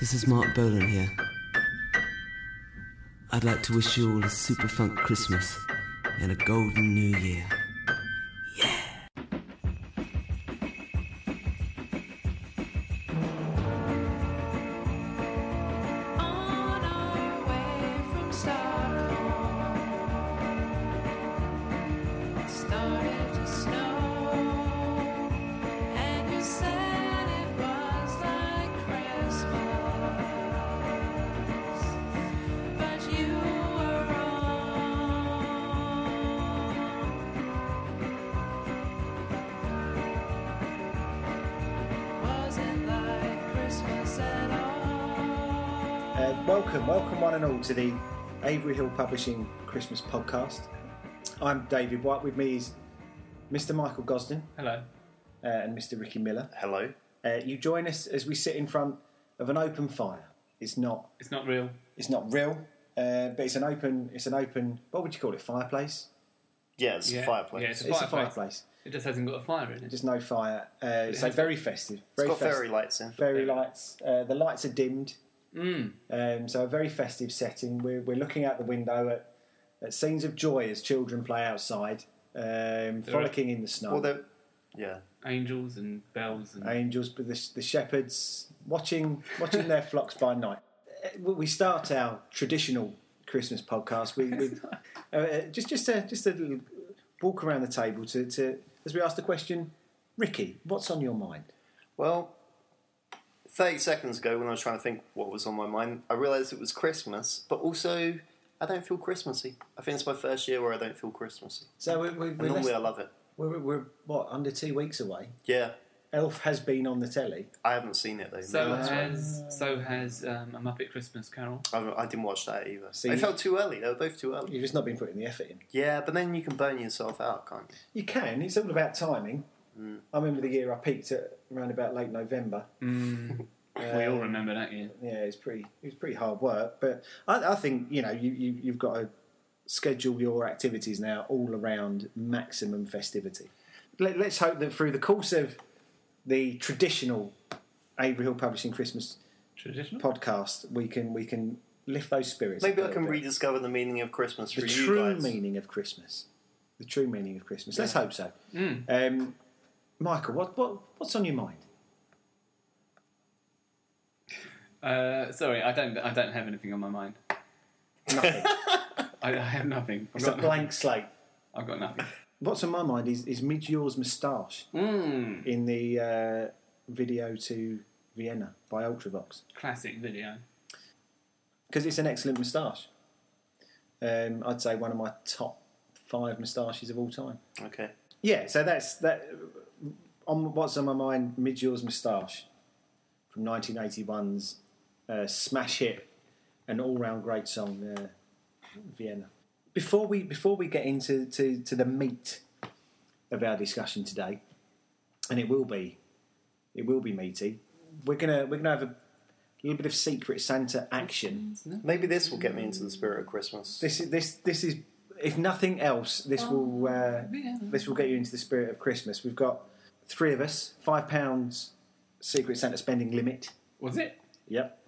This is Mark Bolan here. I'd like to wish you all a super funk Christmas and a golden new year. And Uh, welcome, welcome one and all to the Avery Hill Publishing Christmas podcast. I'm David White. With me is Mr. Michael Gosden Hello. uh, and Mr. Ricky Miller. Hello. Uh, you join us as we sit in front of an open fire. It's not, It's not real. it's not real, uh, but it's an open, it's an open. What would you call it? Fireplace. Yeah, it's Yeah. a fireplace. Yeah, it's a It's a Fireplace. fireplace. It just hasn't got a fire in it. There's no fire, uh, so has- very festive. it's Very got festive. fairy lights in. fairy Yeah. lights. Uh, the lights are dimmed, um, so a very festive setting. We're, we're looking out the window at, at scenes of joy as children play outside, um, frolicking in the snow. Well, they're, yeah, Angels and bells and Angels, but the, the shepherds watching watching their flocks by night. Uh, We we start our traditional Christmas podcast. We, we uh, uh, just just a just a little walk around the table to, to as we ask the question, Ricky, what's on your mind? Well, 30 seconds ago when I was trying to think what was on my mind, I realised it was Christmas, but also I don't feel Christmassy. I think it's my first year where I don't feel Christmassy. So we, we, we're, And normally I less- love it. we're, we're what under two weeks away. Yeah, Elf has been on the telly. I haven't seen it though. so Maybe that's why. has so has um, a Muppet Christmas Carol. I, I didn't watch that either. See- they felt too early. They were both too early. You've just not been putting the effort in. Yeah, but then you can burn yourself out, can't you? You can. It's all about timing. Mm. I remember the year I peaked at around about late November. we all remember that year. Yeah, it's pretty. It was pretty hard work, but I, I think you know you, you you've got to schedule your activities now all around maximum festivity. Let, let's hope that through the course of the traditional Avery Hill Publishing Christmas Traditional. podcast, we can we can lift those spirits. a Maybe I little can bit. rediscover the meaning of Christmas the for true you guys. meaning of Christmas. The true meaning of Christmas. Let's hope so. Mm. Um, Michael, what, what what's on your mind? Uh, sorry, I don't. I don't have anything on my mind. Nothing. I, I have nothing. I've it's a got, nothing. blank slate. I've got nothing. What's on my mind is, is Midgeor's moustache Mm, in the uh, video to Vienna by Ultravox classic video. because it's an excellent moustache. Um, I'd say one of my top five moustaches of all time. Okay. Yeah, so that's that. On what's on my mind, Midgeor's moustache from 1981's uh, smash hit, an all-round great song, uh, Vienna. Before we before we get into to, to the meat of our discussion today, and it will be it will be meaty. We're gonna we're gonna have a little bit of Secret Santa action. Maybe this will get me into the spirit of Christmas. This is this this is if nothing else, this will uh, Vienna. this will get you into the spirit of Christmas. We've got three of us, five pounds Secret Santa spending limit. Was it? Yep.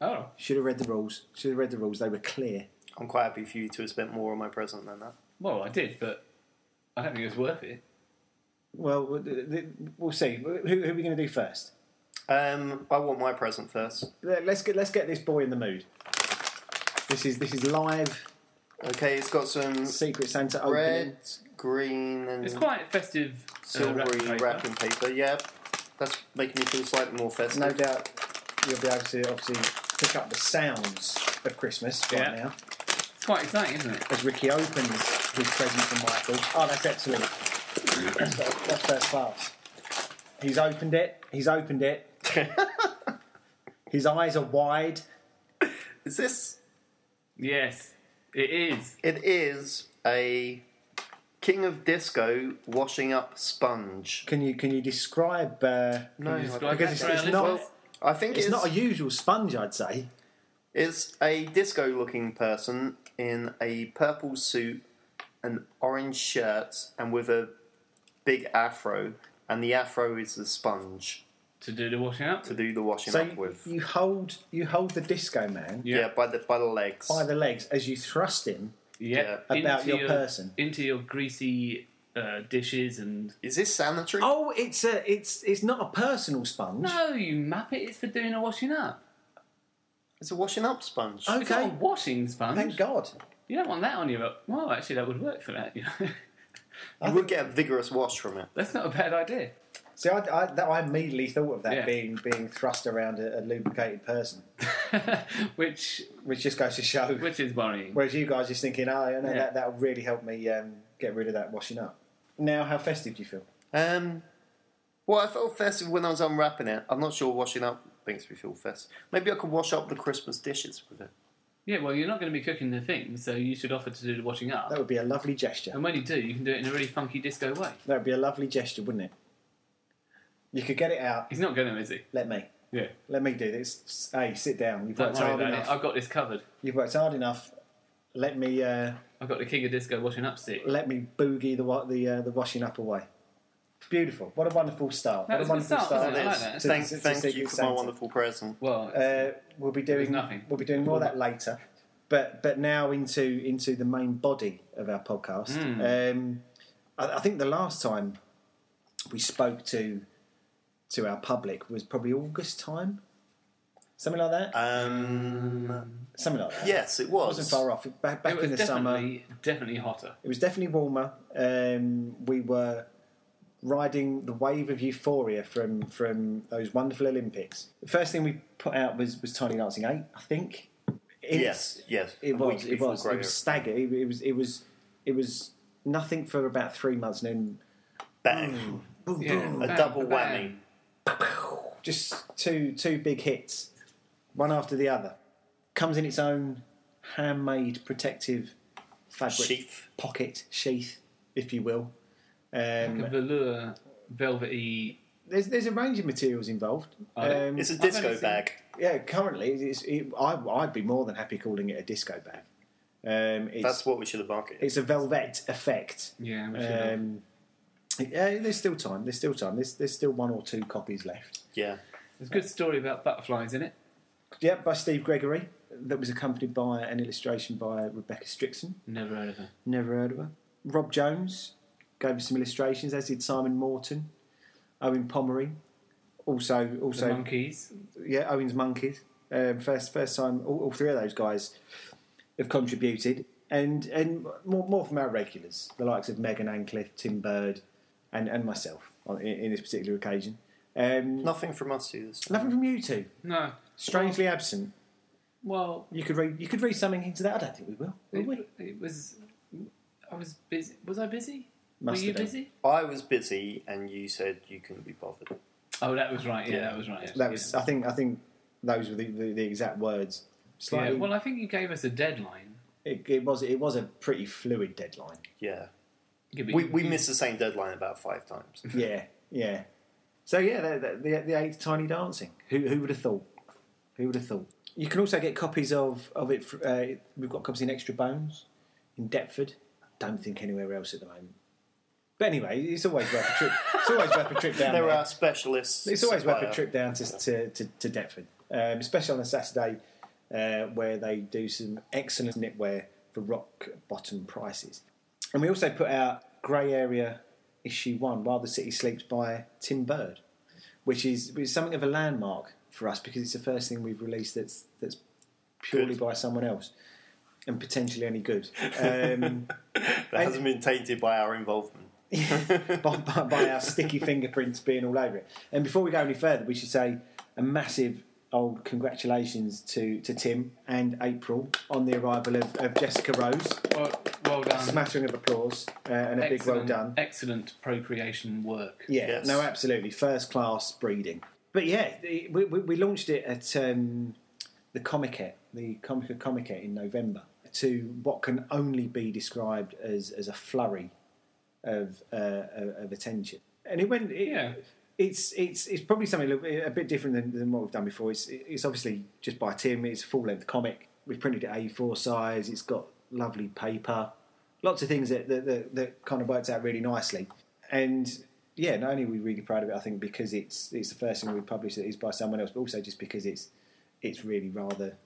Oh, Should have read the rules. Should have read the rules. They were clear. I'm quite happy for you to have spent more on my present than that. well, I did, but I don't think it was worth it. Well, we'll- we'll see. Who, who are we going to do first? Um, I want my present first. Let's get let's get this boy in the mood. This is this is live Okay, it's got some Secret Santa opening. red, green, and It's quite festive. uh, silvery wrapping paper. wrapping paper. Yeah, that's making me feel slightly more festive. No doubt you'll be able to obviously pick up the sounds of Christmas right Yeah. now It's quite exciting, isn't it? as Ricky opens his present for Michael. Oh, that's excellent. That's, that's first class. He's opened it. He's opened it. His eyes are wide. Is this? Yes, it is. It is a King of Disco washing up sponge. Can you can you describe? Uh, No, you because describe that it's- for it's our not- listeners? I think It's it's not a usual sponge, I'd say. It's a disco looking person in a purple suit, an orange shirt, and with a big afro, and the afro is the sponge. to do the washing up. to do the washing So up with. you hold you hold the disco man yeah. by the by the legs. by the legs as you thrust him. Yeah, Yeah. About your person. into your greasy uh, dishes and Is this sanitary? Oh, it's a it's it's not a personal sponge. no, you map it. It's for doing a washing up. It's a washing up sponge. It's not Okay, a washing sponge. thank God. You don't want that on your. Well, actually, that would work for that. You know, You would get a vigorous wash from it. that's not a bad idea. See, I, I, that, I immediately thought of that Yeah. being being thrust around a, a lubricated person, which which just goes to show. which is worrying. Whereas you guys just thinking, oh, no, Yeah. that that'll really help me um, get rid of that washing up. Now, how festive do you feel? Um, well, I felt festive when I was unwrapping it. I'm not sure washing up makes me feel festive. Maybe I could wash up the Christmas dishes with it. Yeah, well, you're not going to be cooking the thing, so you should offer to do the washing up. That would be a lovely gesture. And when you do, you can do it in a really funky disco way. That would be a lovely gesture, wouldn't it? You could get it out. He's not going to, is he? Let me. Yeah. Let me do this. Hey, sit down. You've Don't worked worry hard about enough. it. I've got this covered. You've worked hard enough. Let me uh, I've got the king of disco washing up stick. let me boogie the wa- the uh, the washing up away. Beautiful. What a wonderful start. That what was a wonderful a good start, start. wasn't it? I like Thanks, that. thank, To- to thank Secret you for my Santa. wonderful present. Well, Uh, we'll be doing nothing. We'll be doing more of that later, but but now into into the main body of our podcast. Hmm. Um, I, I think the last time we spoke to to our public was probably August time, something like that. Um, something like that. yes, it It was. wasn't far off. Back, back it was in the summer, definitely, definitely hotter. It was definitely warmer. Um, we were riding the wave of euphoria from from those wonderful Olympics. The first thing we put out was was Tiny Dancing Eight, I think. It's- Yes, yes. it A week was. It before was. It Grey was Earth. staggered. It, it was. It was. It was nothing for about three months, and Bang. then boom, Yeah, boom, A bang, double bang. whammy. just two two big hits, one after the other. Comes in its own handmade protective fabric Sheath. pocket sheath, if you will. Um, Like a velour, velvety. There's there's a range of materials involved. Are there? Um, It's a I've only disco seen- bag. yeah, currently it's, it, I I'd be more than happy calling it a disco bag. Um, it's That's what we should have marketed. it's a velvet effect. Yeah, we should have. Um, yeah, there's still time. There's still time. There's there's still one or two copies left. Yeah. There's a good story about butterflies in it. Yep, by Steve Gregory. That was accompanied by an illustration by Rebecca Strickson. Never heard of it. Never heard of her. Rob Jones gave us some illustrations, as did Simon Morton, Owen Pomeroy, also The also monkeys. yeah, Owen's Monkeys. Um, first, first time, all, all three of those guys have contributed, and and more, more from our regulars, the likes of Megan Ancliffe, Tim Bird, and, and myself on, in, in this particular occasion. Um, Nothing from us to this. Nothing from you two. No. Strangely absent. Well, You could read. You could read something into that. I don't think we will. Will we? it, it was. I was busy. Was I busy? Must Were you have been. busy? I was busy and you said you couldn't be bothered. Oh, that was right. Yeah, Yeah. that was right. That was. I think. I think those were the, the, the exact words. Yeah. Yeah, Slightly. well, I think you gave us a deadline. it, it was. It was a pretty fluid deadline. Yeah. Yeah, but We, you- we you- missed the same deadline about five times. Yeah, yeah. So yeah, the, the, the, the eighth Tiny Dancing. Who who would have thought? Who would have thought? You can also get copies of of it. fr- Uh, we've got copies in Extra Bones in Deptford. Don't think anywhere else at the moment. But anyway, it's always worth a trip. It's always worth a trip down There there. are specialists. It's always worth a supplier. trip down to to, to, to Deptford, um, especially on a Saturday uh, where they do some excellent knitwear for rock bottom prices. And we also put out Grey Area Issue One, While the City Sleeps by Tim Bird, which is, is something of a landmark for us because it's the first thing we've released that's that's purely Good. by someone else and potentially only good. Um, That hasn't been tainted by our involvement. by, by, by our sticky fingerprints being all over it. And before we go any further, we should say a massive old congratulations to, to Tim and April on the arrival of, of Jessica Rose. Well, well done. Smattering of applause uh, and a big well Um, Excellent- done. Excellent procreation work. Yeah, Yes. no, absolutely. First class breeding. But yeah, the- we, we, we launched it at um, the Comicet, the Comica Comicet in November, to what can only be described as, as a flurry of, uh, of of attention. And it went, it, Yeah. it's, it's, it's probably something a, little bit- a bit different than, than what we've done before. It's, it's obviously just by Tim, it's a full length comic. We've printed it A4 size, it's got lovely paper, lots of things that, that, that, that kind of worked out really nicely. And yeah, not only are we really proud of it, I think because it's it's the first thing we published that is by someone else, but also just because it's it's really rather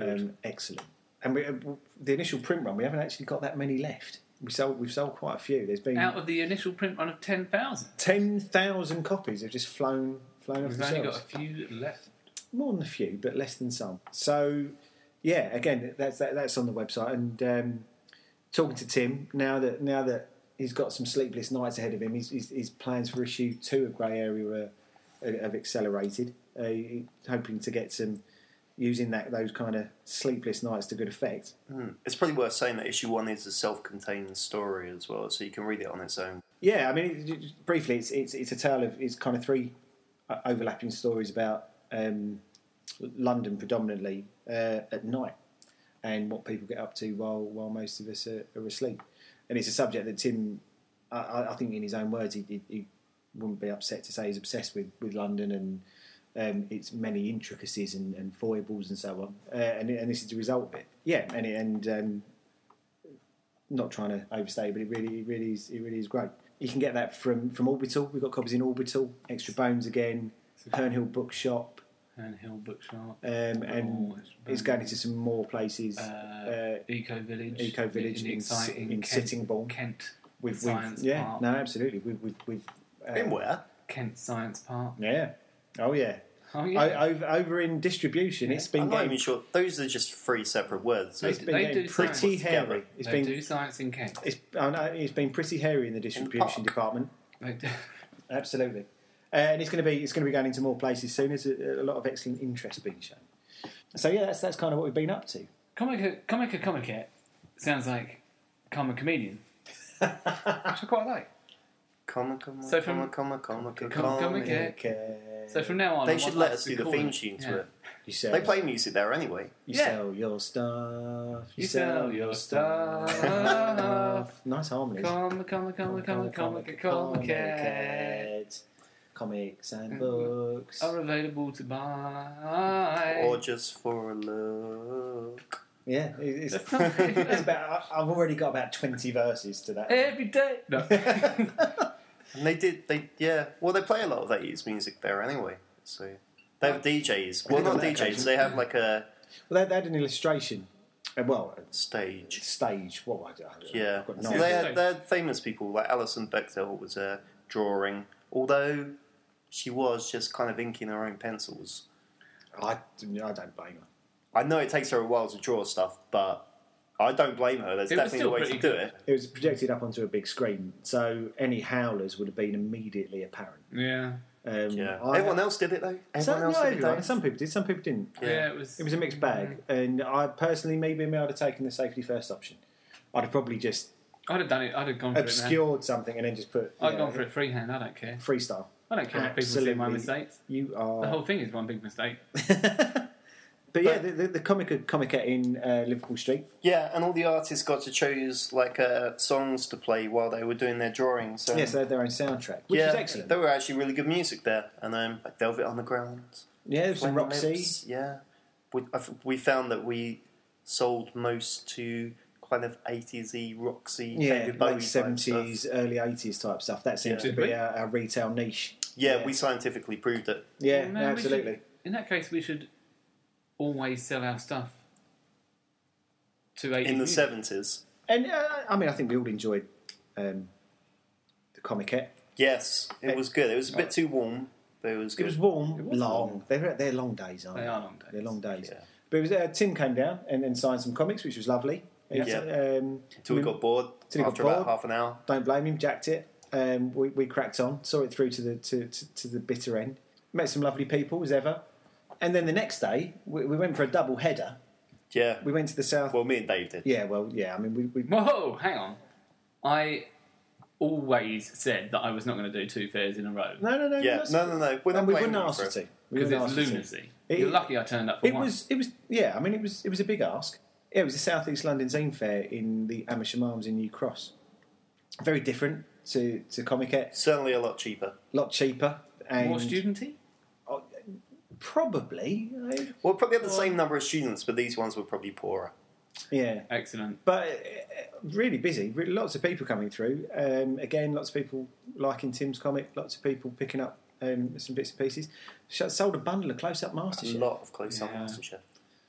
um, excellent. And we, uh, the initial print run, we haven't actually got that many left. We sold we've sold quite a few. There's been Out of the initial print run of 10,000, ten thousand copies have just flown flown off we've the only shelves got a few left. more than a few, but less than some. So, yeah, again, that's that, that's on the website. And um, talking to Tim now that now that he's got some sleepless nights ahead of him, his, his, his plans for issue two of Grey Area uh, have accelerated. Uh, he- hoping to get some using that those kind of sleepless nights to good effect. It's probably worth saying that issue one is a self-contained story as well, so you can read it on its own. Yeah, I mean, it, it- just briefly, it's, it's it's a tale of it's kind of three uh, overlapping stories about um, London predominantly uh, at night and what people get up to while while most of us are, are asleep. And it's a subject that Tim, I- I, I think, in his own words, he, he, he wouldn't be upset to say he's obsessed with, with London and um, its many intricacies and, and foibles and so on. Uh, and, and this is the result of it. Yeah, and it- and um, not trying to overstate, but it really, it really is, it really is great. You can get that from from Orbital. We've got copies in Orbital, Extra Bones again, Hernhill Bookshop, And Hill Bookshop. um, and Oh, it's it's going into some more places. uh, Eco Village. Eco Village in, in exciting in Kent, Sittingbourne. Kent. We've, Science we've, yeah, Park. no, absolutely. We've, we've, we've uh, In where? Kent Science Park. Yeah. Oh yeah. Oh O- yeah. over, over in distribution, it's been I'm not getting, even sure. Those are just three separate words. They it's It's been They getting do pretty science together. hairy. It's they been do science in Kent. it's, I know, it's been pretty hairy in the distribution park. department. They do. Absolutely, uh, and it's going to be it's going to be going into more places soon. There's a, a lot of excellent interest being shown. So yeah, that's that's kind of what we've been up to. Comic Comic Comic sounds like Karma Comedian, which I quite like. comma, comma, So comma, from- comma, comma, comma, comma, comma. comma, Yeah. Okay. So from now on, I They want should let us us to do the call theme it- tune yeah. to it. uh, you sell, They play music there anyway. you Yeah. sell your stuff. You sell your stuff. nice harmonies. Comic Comic Comic Comic Comic Comic Comics and And books. are available to buy. Or just for a look. Yeah, it- it's, That's not- it's about. I- I've already got about twenty verses to that. Every day. No. And they did, they, yeah. Well, they play a lot of that used music there anyway. So they have DJs. Well, think not on that DJs, occasion- they have like a Well, they, they had an illustration. uh, Well, stage. stage. What I, I, Yeah, I've got no so idea. they had, they had famous people like Alison Bechdel was uh, drawing, although she was just kind of inking her own pencils. I, I don't blame her. I know it takes her a while to draw stuff, but I don't blame her. That's It was definitely the still way to pretty do good. it. It was projected up onto a big screen, so any howlers would have been immediately apparent. yeah. Um, Yeah, Mm. I- everyone else did it though. Some, Everyone no, else did everyone. it. some people did, some people didn't. yeah, Yeah. Mm. It was. It was a mixed bag, and I personally, maybe I'd have taken the safety first option. I'd have probably just I'd have done it. I'd have gone for it. obscured something and then just put. Man. I'd yeah, gone for it freehand. I don't care. Freestyle. I don't care if people see Absolutely. my mistakes. You The are. whole thing is one big mistake. But yeah, the, the, the comic comicette in uh, Liverpool Street. Yeah, and all the artists got to choose like uh, songs to play while they were doing their drawings. So, Yes, they had their own soundtrack, which yeah, is excellent. There were actually really good music there, and um, like Velvet Underground. Yeah, there was some Flaming Roxy. Lips, Yeah, we, I f- we found that we sold most to kind of 80s Roxy, yeah, David Bowie late type stuff. seventies, early eighties type stuff. That seems Yeah. to be our, our retail niche. Yeah, Yeah. we scientifically proved it. Yeah, No, we should- absolutely. in that case, we should always sell our stuff to 80 In the views. 70s. And uh, I mean, I think we all enjoyed um, the comicette. Yes, it was good. It was a bit too warm, but it was It good. was warm, was long. warm. They're they're long days, aren't they? They are long days. They're long days. Yeah. But it was, uh, Tim came down and then signed some comics, which was lovely. It's, Yeah. Um, Until we got bored Till we got after bored. about half an hour. Don't blame him. Jacked it. Um, we, we cracked on. Saw it through to the to, to, to the bitter end. Met some lovely people as ever. And then the next day, we, we went for a double header. Yeah. We went to the south. Well, me and Dave did. yeah, well, yeah. I mean, we, we Whoa, hang on. I always said that I was not going to do two fairs in a row no, no, no, Yeah, that's- no, no, no. We're And not we blaming wouldn't you ask for her it. to. We because wouldn't it's ask her to. lunacy. It- You're lucky I turned up for It one. was, it was, yeah. I mean, it was, it was a big ask. Yeah, it was the South East London Zine Fair in the Amersham Arms in New Cross. Very different to to Comicette. Certainly a lot cheaper. A lot cheaper and More studenty? probably. I- Well, probably had the same number of students, but these ones were probably poorer. Yeah. Excellent. But uh, really busy, re- lots of people coming through. Um, again, lots of people liking Tim's comic, lots of people picking up um, some bits and pieces. Sh- Sold a bundle of close up A MasterChef. lot of close up Yeah. MasterChef.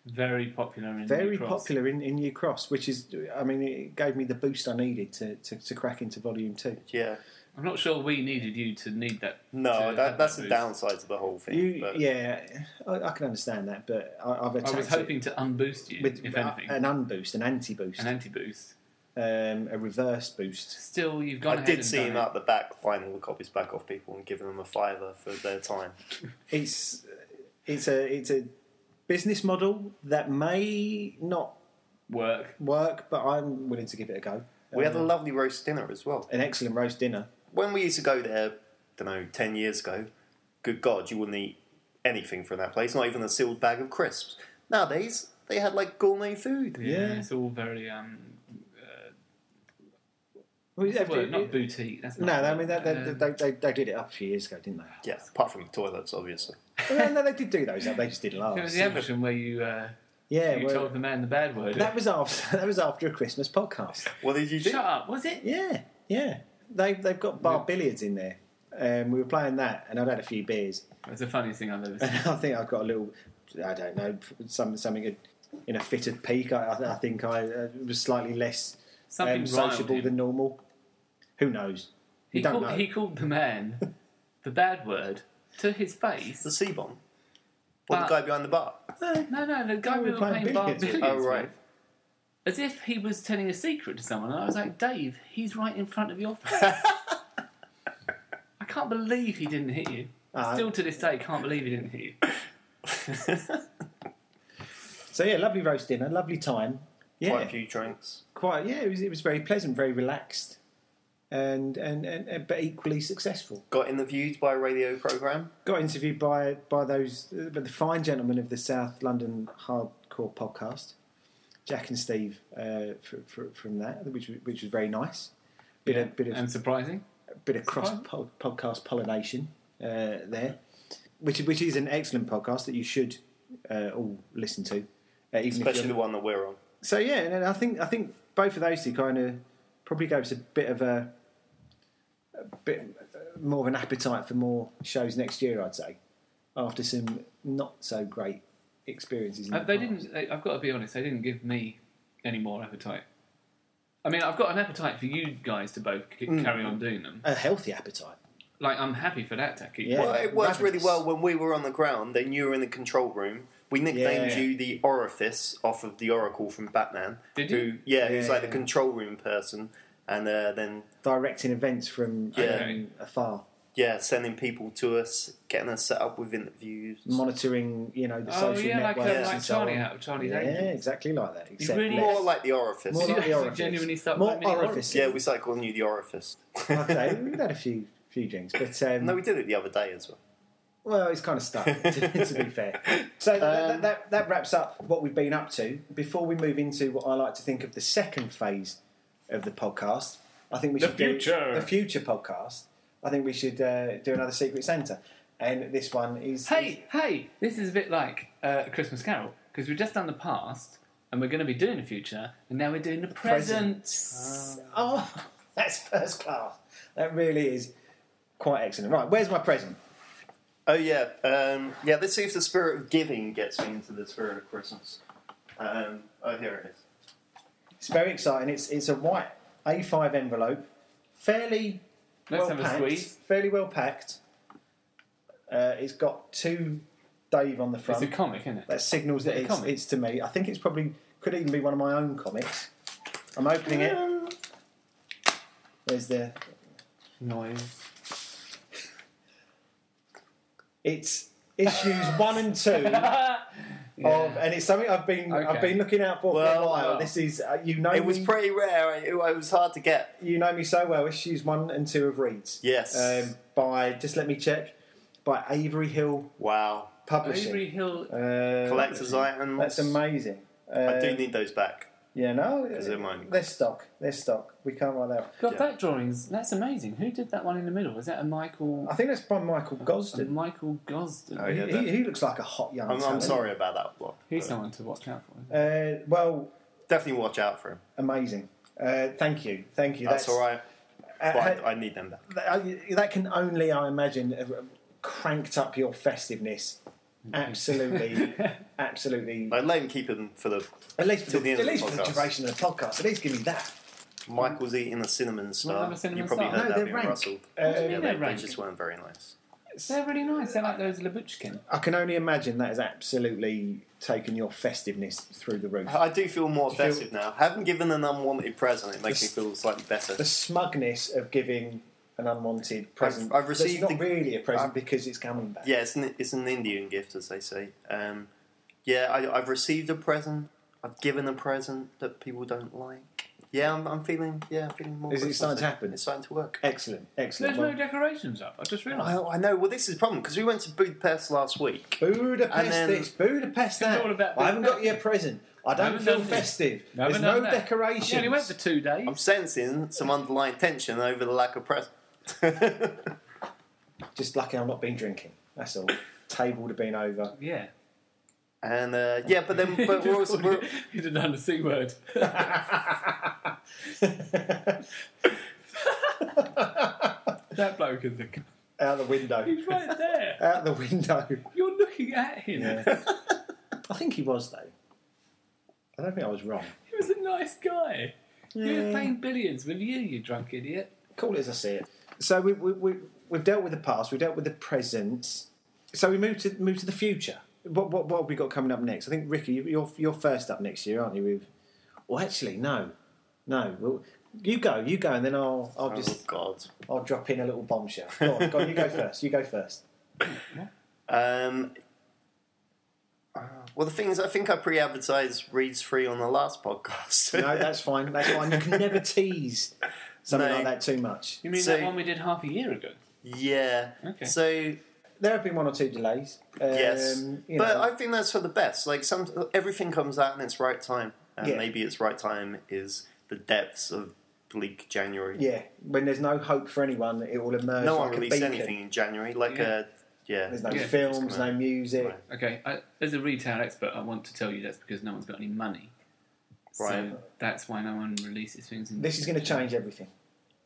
Very popular in Very New Cross. popular in, in New Cross, which is, I mean, it gave me the boost I needed to, to, to crack into volume two. Yeah. I'm not sure we needed you to need that. No, to that, have that's the boost. downside to the whole thing. You, but yeah, I, I can understand that, but I, I've attacked I was it hoping to unboost you, with uh, if a- anything, an unboost, an anti boost, an anti-boost. um, a reverse boost. Still, you've I gone. ahead did and see done him it. out the back buying all the copies back off people and giving them a fiver for their time. it's it's a it's a business model that may not Work. work, but I'm willing to give it a go. We had a Um, lovely roast dinner as well. an excellent roast dinner. When we used to go there, don't know, 10 years ago, good God, you wouldn't eat anything from that place, not even a sealed bag of crisps. Nowadays, they had like gourmet food. Yeah, Yeah. it's all very um. uh, Well, what's the it- word? not it- boutique. That's no, not I mean they, they, um, they, they, they did it up a few years ago, didn't they? Yeah, apart from the toilets, obviously. Well, no, they did do those. They just did last. It was the Everton where you uh, yeah, you well, told the man the bad word. that was after that was after a Christmas podcast. What did you do? Shut up. Was it? Yeah, yeah. They they've got bar billiards in there. Um, we were playing that, and I'd had a few beers, That's the funniest thing I've ever seen. And I think I've got a little, I don't know, some, something in a fit of peak. I, I- I think I uh, was slightly less Something um, riled sociable him. than normal. Who knows? He You don't called, know. he called the man the bad word to his face. The sea bomb. Or Uh, But- the guy behind the bar. No, no, the guy No, we were playing, bar billiards with. billiards Oh, right. with. As if he was telling a secret to someone. And I was like, Dave, he's right in front of your face. I can't believe he didn't hit you. Uh, Still to this day, can't believe he didn't hit you. So yeah, lovely roast dinner, lovely time. Yeah, Quite a few drinks. quite- yeah. It was, it was very pleasant, very relaxed, and, and and and but equally successful. Got interviewed by a radio program. Got interviewed by by those uh, by the fine gentlemen of the South London Hardcore podcast, Jack and Steve uh, fr fr from that, which was- which was very nice. Bit of bit of and surprising. bit of cross fine. po- podcast pollination uh, there, which which is an excellent podcast that you should uh, all listen to, uh, even if Especially you're- the one that we're on. So yeah, and then I think I think both of those two kind of probably gave us a bit of a, a bit uh, more of an appetite for more shows next year. I'd say after some not so great experiences. in Uh, the they past. didn't. They, I've got to be honest. They didn't give me any more appetite. I mean, I've got an appetite for you guys to both c- Mm. carry on doing them. a healthy appetite. Like, I'm happy for that, Taki. Yeah. Well, it worked really rabbits. well when we were on the ground, then you were in the control room. We nicknamed Yeah. you the Orifice off of the Oracle from Batman. Did who, you? Yeah, who's like the Yeah. control room person, and uh, then Directing events from Yeah. um, afar, yeah, sending people to us, getting us set up with interviews. monitoring you know the Oh social yeah, like, networks uh, and like so Charlie on. out of Charlie's Yeah, Angels. exactly like that. Except really- less. More like the Orifice. More like Did you the actually orifice. genuinely start More blaming the orifice. yeah, we started calling you the Orifice. okay, we've had a few few drinks, but um, no, we did it the other day as well. well, it's kind of stuck. To, to be fair, so that, that that wraps up what we've been up to. Before we move into what I like to think of the second phase of the podcast, I think we The should future. do the future podcast. I think we should uh, do another Secret Santa, and this one is Hey, hey, this is a bit like uh, a Christmas Carol because we've just done the past and we're going to be doing the future and now we're doing the present. Uh, is- oh, that's first class. That really is quite excellent. Right, where's my present? Oh yeah, um, yeah. Let's see if the spirit of giving gets me into the spirit of Christmas. Um, oh, here it is. It's very exciting. It's it's a white A5 envelope, fairly Let's well have a packed, squeeze. fairly well packed. Uh, it's got two Dave on the It's front. a comic, isn't it? that signals that a it's, comic. it's to me. I think it's probably could even be one of my own comics. I'm opening it. There's the Noise. it's issues one and two of, and it's something I've been I've Okay. been looking out for for a Well, while. well. This is uh, you know It was me- pretty rare. It, it was hard to get. you know me so well. Issues one and two of Reeds. Yes. Um, by just let me check. By Avery Hill Wow. Publishing. Avery Hill. Uh, Collector's items. That's amazing. Uh, I do need those back. Yeah, no. they're mine. They're stock. They're stock. We can't write that. God, yeah. that drawing's that's amazing. Who did that one in the middle? Was that a Michael? I think that's by Michael a Gosden. Michael Gosden. Oh, yeah. he, he, he looks like a hot young. I'm, I'm talent. sorry about that block. He's but- someone to watch out for. Uh, well, Definitely watch out for him. Amazing. Uh, thank you. Thank you. That's, all right. uh, But uh, I, I need them back. that, that can only, I imagine, have cranked up your festiveness. Absolutely, absolutely. Like, let him keep him for the. At least, for till the, the end at of the least for the podcast. duration of the podcast. At least give me that. Michael's eating a cinnamon star. have a cinnamon you probably star? heard No, that they're being rank. rustled. Uh, do you yeah, mean they, they're they rank? just weren't very nice. They're really nice. They're like those Labuchkin. I can only imagine that has absolutely taken your festiveness through the roof. I do feel more you feel- festive now. Having given an unwanted present, it makes me feel slightly better. The smugness of giving an unwanted present. I've received that's a- not really a present I've- because it's coming back. Yeah, it's an, it's an Indian gift, as they say. Um, yeah, I, I've received a present. I've given a present that people don't like. Yeah, I'm, I'm feeling. Yeah, I'm feeling more. Is it Christmas starting to now. happen? It's starting to work. Excellent, excellent. There's no decorations up. I just realised. I, I know. Well, this is the problem because we went to Budapest last week. Well, Budapest And then- this, Budapest that. all about I haven't got Budapest. you a present. I don't haven't feel done this. festive. No, There's but none no of that. decorations. Yeah, only went for two days. I'm sensing some underlying tension over the lack of present. Just lucky I'm not been drinking. That's all. Table would have been over. Yeah. and uh, yeah, but then but we're also we're, He didn't know the C word. That bloke is a. Out the window. He's right there. Out the window. You're looking at him. Yeah. I think he was though. I don't think I was wrong. He was a nice guy. You were playing billions with you, you drunk idiot. Call it as I see it. So we, we, we, we've dealt with the past. We've dealt with the present. So we move to move to the future. What, what, what have we got coming up next? I think Ricky, you- you're you're first up next year, aren't you? With, well, actually, no, no. Well, you go, you go, and then I'll I'll oh just God. I'll drop in a little bombshell. Go on, go on, you go first. You go first. Um, uh, well, the thing is, I think I pre-advertised reads free on the last podcast. No, that's fine. That's fine. You can never tease something No. like that too much. You mean So- that one we did half a year ago? yeah. Okay. So There have been one or two delays. Um, yes, you but know. I think that's for the best. Like some everything comes out in its right time, and Yeah. maybe its right time is the depths of bleak January. Yeah, when there's no hope for anyone, it will emerge. No like one a released beacon. anything in January. Like Yeah. uh yeah. There's no Yeah. films, no music. Right. Okay, I, as a retail expert, I want to tell you that's because no one's got any money. Right. So that's why no one releases things. In This is going to change everything.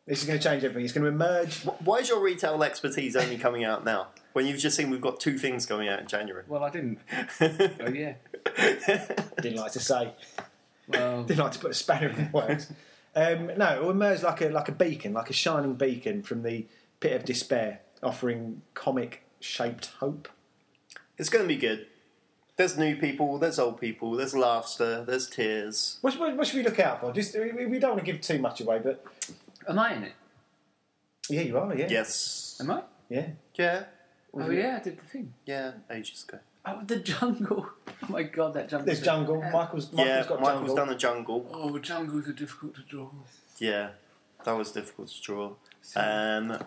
This is going to change everything. It's going to emerge. Why is your retail expertise only coming out now when you've just seen we've got two things coming out in January? Well, I didn't. Oh, yeah. Didn't like to say. Well, Didn't like to put a spanner in the works. Um, no, it will emerge like a like a beacon, like a shining beacon from the pit of despair, offering comic shaped hope. It's going to be good. There's new people, there's old people, there's laughter, there's tears. What, should- what should we look out for? Just we, we don't want to give too much away, but am I in it? yeah, you are. Yeah, Yes. Am I? yeah. Yeah. Oh, yeah, I did the thing. Yeah. Ages ago. Oh, the jungle. Oh, my God, that jungle. There's jungle. Um, Michael's Michael's yeah. got Michael's jungle. done a jungle. Oh, jungles are difficult to draw. Yeah. That was difficult to draw. Um,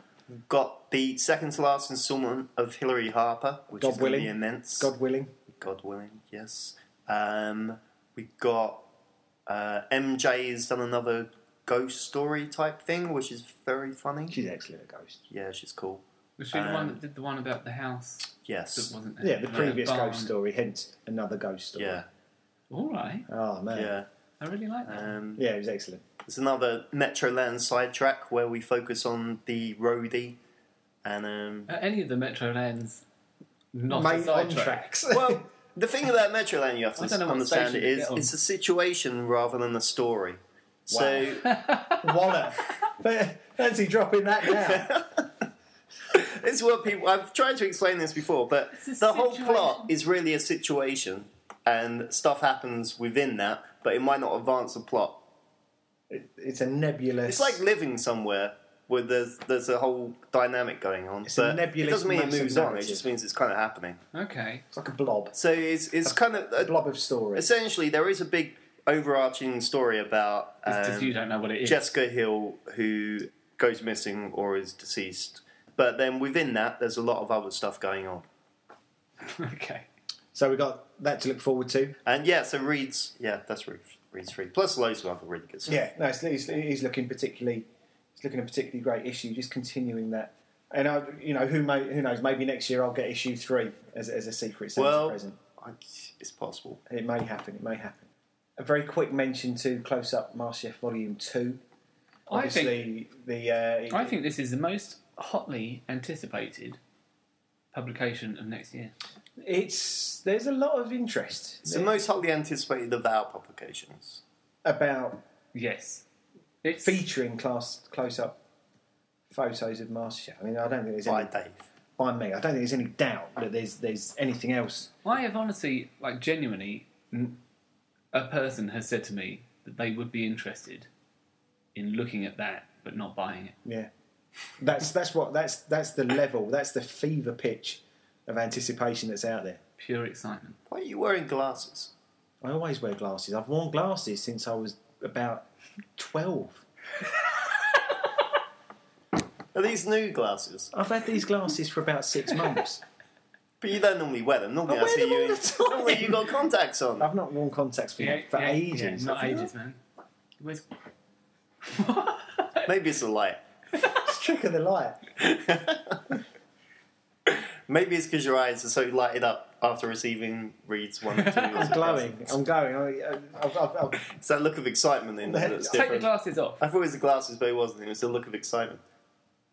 got the second to last instalment of Hillary Harper, which God is going to be willing. immense. God willing. God willing, yes. Um, we got uh, MJ's done another ghost story type thing, which is very funny. She's excellent at ghosts. Yeah, she's cool. Was she the one Um, that did the one about the house that Yes. wasn't Yeah, the previous barn? ghost story, hence another ghost story. Yeah. All right. Oh man. Yeah, Yeah. I really like that. Um, it was excellent. It's another Metroland sidetrack where we focus on the roadie and um Uh, any of the Metro lands, not a Main on sidetrack. tracks. well the thing about Metroland you have I don't know to what understand station you is get on. it's a situation rather than a story. So Wallet. But fancy dropping that down. it's what people I've tried to explain this before, but It's a the whole situation. plot is really a situation and stuff happens within that, but it might not advance the plot. It- It's a nebulous. It's like living somewhere where there's there's a whole dynamic going on. a but nebulous it doesn't mean it mass of moves on, it narrative. just means it's kinda happening. Okay. it's like a blob. So it's it's kind of A blob of story. essentially there is a big overarching story about It's um, just you don't know what it is. Jessica Hill who goes missing or is deceased. But then within that, there's a lot of other stuff going on. okay. So we got that to look forward to. And yeah, so Reed's yeah, that's Reed, Reed's free. Plus loads of other really good stuff. Yeah, no, it's, he's, he's looking particularly. He's looking a particularly great issue. Just continuing that. And I, you know, who may, who knows? Maybe next year I'll get issue three as, as a secret Santa Well, present. I, it's possible. It may happen. It may happen. a very quick mention to Close Up Master Chef Volume Two. I Obviously, think the uh, I think this is the most hotly anticipated publication of next year. it's there's a lot of interest It's the most hotly anticipated of our publications. about Yes, it's featuring class close up photos of Master Chef. I mean, I don't think there's By any Dave. by me. I don't think there's any doubt that there's there's anything else. I have honestly, like, genuinely, a person has said to me that they would be interested in looking at that but not buying it. Yeah, that's that's what that's that's the level. That's the fever pitch of anticipation that's out there. Pure excitement. Why are you wearing glasses? I always wear glasses. I've worn glasses since I was about twelve. Are these new glasses? I've had these glasses for about six months. But you don't normally wear them. Normally I I, wear see them you. all in- the time. Normally you got contacts on. I've not worn contacts for, for ages. yeah, not ages, man. Where's... Maybe it's the light. It's trick of the light. Maybe it's because your eyes are so lighted up after receiving reads one or two. I'm Glowing. I'm going. I, I've, I've, I've, It's that look of excitement in there that's Take the different. glasses off. I thought it was the glasses, but it wasn't. It was the look of excitement.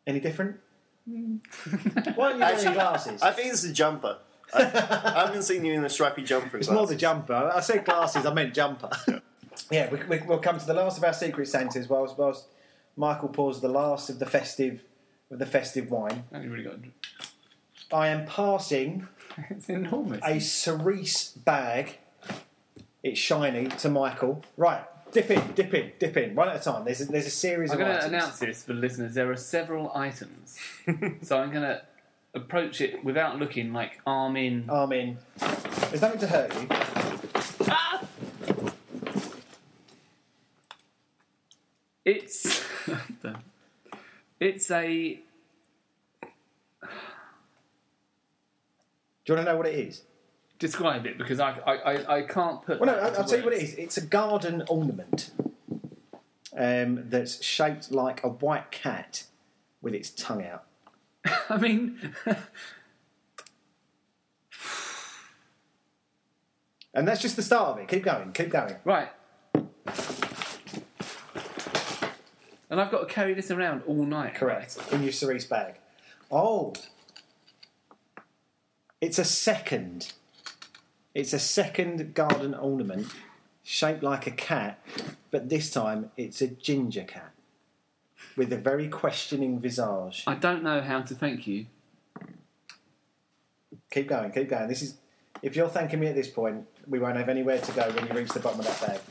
any different? Why aren't you wearing Actually, glasses? I think it's the jumper. I, I haven't seen you in a strappy jumper. It's more the jumper. I said glasses, I meant jumper. yeah, we, we, we'll come to the last of our secret Santas whilst, whilst Michael pours the last of the festive of the festive wine. Now you really got. I am passing It's enormous. a cerise bag. It's shiny to Michael. Right, dip in, dip in, dip in. One at a time. There's a, there's a series of I'm going to items. announce this for listeners. There are several items, so I'm going to approach it without looking like arm in. arm in. There's nothing to hurt you. It's it's a Do you want to know what it is? describe it because I I, I, I can't put. Well, no, that I'll, into I'll tell you what it words. is. It's a garden ornament um, that's shaped like a white cat with its tongue out. I mean, And that's just the start of it. Keep going, keep going. right. And I've got to carry this around all night. Correct. In your cerise bag. Oh. It's a second. It's a second garden ornament shaped like a cat, but this time it's a ginger cat with a very questioning visage. I don't know how to thank you. Keep going, keep going. This is if you're thanking me at this point, we won't have anywhere to go when you reach the bottom of that bag.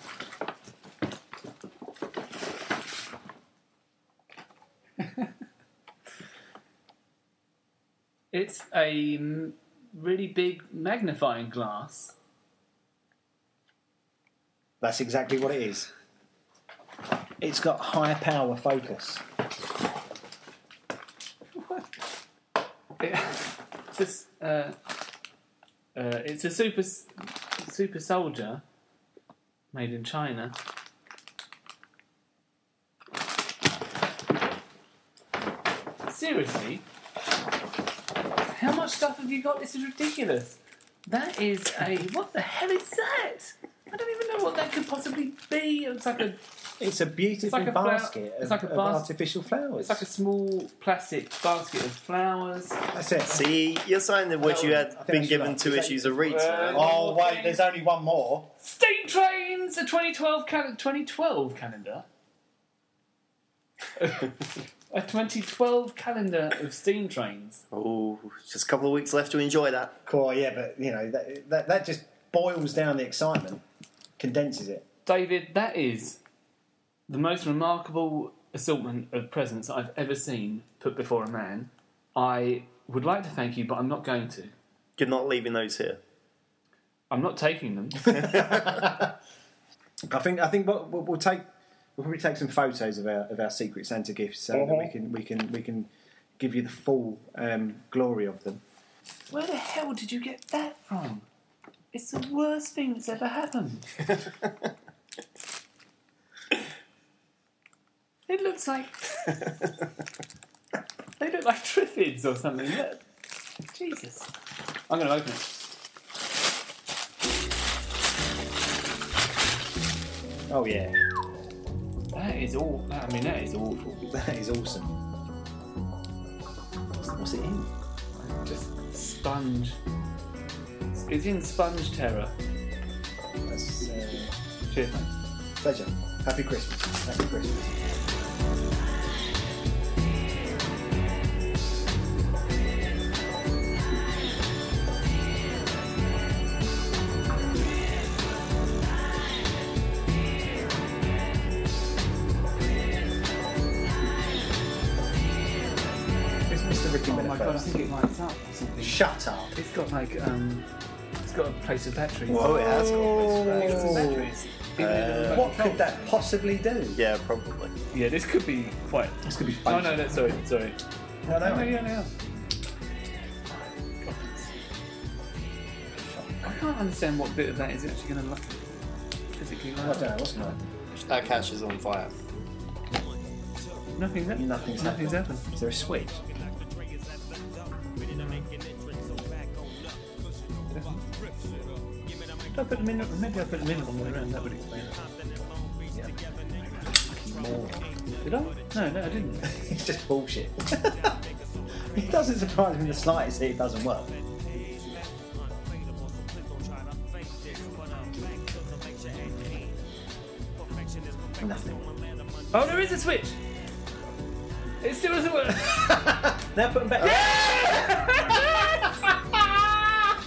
It's a mm, really big magnifying glass. That's exactly what it is. It's got high power focus. It, it's, a, uh, uh, it's a super s- super soldier made in China. Seriously, how much stuff have you got? This is ridiculous. That is a what the hell is that? I don't even know what that could possibly be. It's like a It's a beautiful It's like a flower- basket it's of, like a of bas- artificial flowers. it's like a small plastic basket of flowers. That's it. See, you're saying that what you I had think been that's given right. two Is that- issues of reads. Uh, man. Oh wait, there's only one more. Steam Trains, the 2012, cal- 2012 calendar. a 2012 calendar of steam trains. Oh, just a couple of weeks left to enjoy that. Cool, yeah, but you know that, that that just boils down the excitement, condenses it. David, that is the most remarkable assortment of presents I've ever seen put before a man. I would like to thank you, but I'm not going to. You're not leaving those here. I'm not taking them. I think I think what we'll, we'll take we'll probably take some photos of our of our secret Santa gifts so that we can we can we can give you the full um, glory of them. Where the hell did you get that from? It's the worst thing that's ever happened. it looks like they look like triffids or something. Look. Jesus, I'm going to open it. Oh yeah, That is all. I mean, that is awful. that is awesome. What's it in? Just sponge. It's in Sponge Terror. That's uh, Cheers, mate. pleasure. Happy Christmas. Happy Christmas. It's Mr. Ricky Oh Miller my god, I first. think it lights up or something. Shut up. It's got like, um, it's got a place of batteries. Oh, it has got this Place of bag. batteries. Even in the remote What could controls. that possibly do? Yeah, probably. Yeah, this could be quite. This could be Oh fun. no, no, sorry, sorry. no, No, no, no. yeah, no. I can't understand what bit of that is actually going to look physically I light don't know, up. what's going on? Our cash is on fire. Nothing's happened. Nothing's Nothing's happened. Is there a switch? I put them in, maybe I put them in the wrong way around, that would explain it. Did I? No, no, I didn't. It's just bullshit. it doesn't surprise me in the slightest that it doesn't work. Nothing. Oh, there is a switch! It still doesn't work! Now put them back.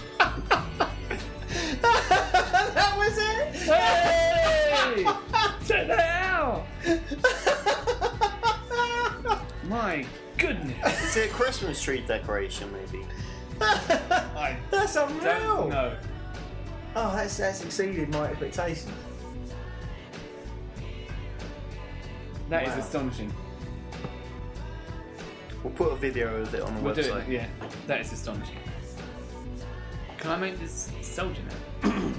that was it. hey! Check that out! My goodness! Is it a Christmas tree decoration, maybe? I That's don't unreal. know. Oh, that's that's exceeded my expectations. That is Wow. astonishing. We'll put a video of it on the We'll do website. it. Yeah, that is astonishing. Can I make this soldier now?